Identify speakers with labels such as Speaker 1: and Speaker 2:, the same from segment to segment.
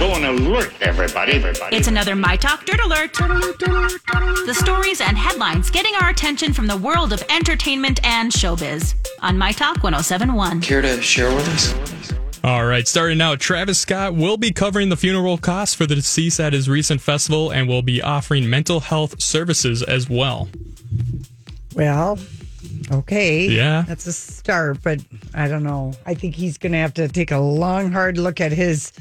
Speaker 1: want to alert everybody. everybody.
Speaker 2: It's another My Talk Dirt Alert. The stories and headlines getting our attention from the world of entertainment and showbiz on My Talk 1071.
Speaker 3: Care to share with us?
Speaker 4: All right, starting now, Travis Scott will be covering the funeral costs for the deceased at his recent festival and will be offering mental health services as well.
Speaker 5: Well, okay.
Speaker 4: Yeah.
Speaker 5: That's a start, but I don't know. I think he's going to have to take a long, hard look at his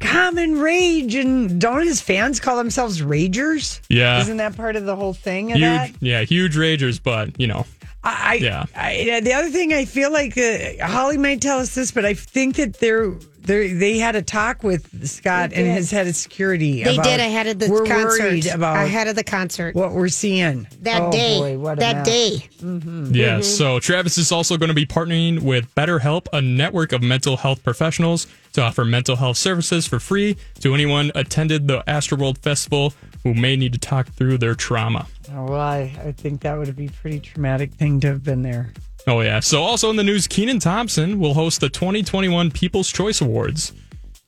Speaker 5: common rage. And don't his fans call themselves ragers?
Speaker 4: Yeah.
Speaker 5: Isn't that part of the whole thing of that?
Speaker 4: Uh. Huge, yeah, huge ragers, but you know,
Speaker 5: I, I-
Speaker 4: Yeah.
Speaker 5: I, the other thing I feel like uh, Holly might tell us this, but I think that they're. they they had a talk with Scott and his head of security.
Speaker 6: They
Speaker 5: about,
Speaker 6: did ahead of the
Speaker 5: we're
Speaker 6: concert.
Speaker 5: worried about
Speaker 6: ahead of the concert
Speaker 5: what we're seeing
Speaker 6: that
Speaker 5: Oh,
Speaker 6: day.
Speaker 5: boy, what a
Speaker 6: that
Speaker 5: mess.
Speaker 6: day.
Speaker 4: Yeah,
Speaker 5: Mm-hmm.
Speaker 4: so Travis is also going to be partnering with BetterHelp, a network of mental health professionals, to offer mental health services for free to anyone attended the Astroworld Festival who may need to talk through their trauma.
Speaker 5: Oh, well, I, I think that would be a pretty traumatic thing to have been there.
Speaker 4: Oh yeah. So also in the news, Keenan Thompson will host the 2021 People's Choice Awards.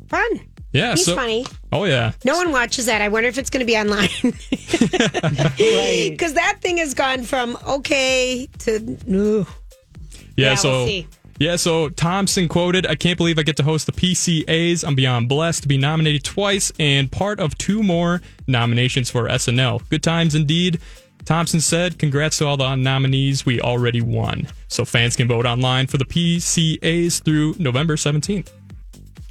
Speaker 6: Fun.
Speaker 4: Yeah,
Speaker 6: He's
Speaker 4: so
Speaker 6: funny.
Speaker 4: Oh yeah.
Speaker 6: No one watches that. I wonder if it's going to be online. Because that thing has gone from okay to. Ugh.
Speaker 4: Yeah,
Speaker 6: Yeah,
Speaker 4: so
Speaker 6: we'll see.
Speaker 4: Yeah, so Thompson quoted, I can't believe I get to host the PCAs. I'm beyond blessed to be nominated twice and part of two more nominations for SNL. Good times indeed. Thompson said, Congrats to all the nominees. We already won. So fans can vote online for the PCAs through November 17th.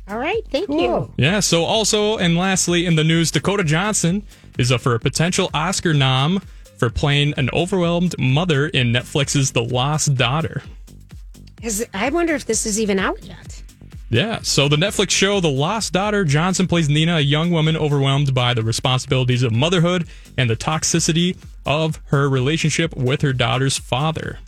Speaker 6: All right. Thank you.
Speaker 4: Yeah, so also, and lastly, in the news, Dakota Johnson is up for a potential Oscar nom for playing an overwhelmed mother in Netflix's The Lost Daughter.
Speaker 6: Is, I wonder if this is even out yet.
Speaker 4: Yeah. So the Netflix show The Lost Daughter Johnson plays Nina, a young woman overwhelmed by the responsibilities of motherhood and the toxicity of her relationship with her daughter's father.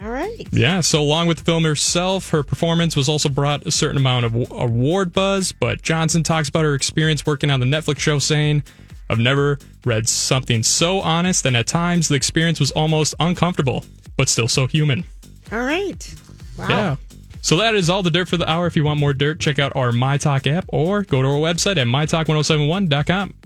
Speaker 6: All right.
Speaker 4: Yeah, so along with the film herself, her performance was also brought a certain amount of award buzz. But Johnson talks about her experience working on the Netflix show, saying, I've never read something so honest, and at times the experience was almost uncomfortable, but still so human.
Speaker 6: All right. Wow.
Speaker 4: Yeah. So that is all the oh dirt for the hour. If you want more dirt, check out our My Talk app or go to our website at mytalk1071.com.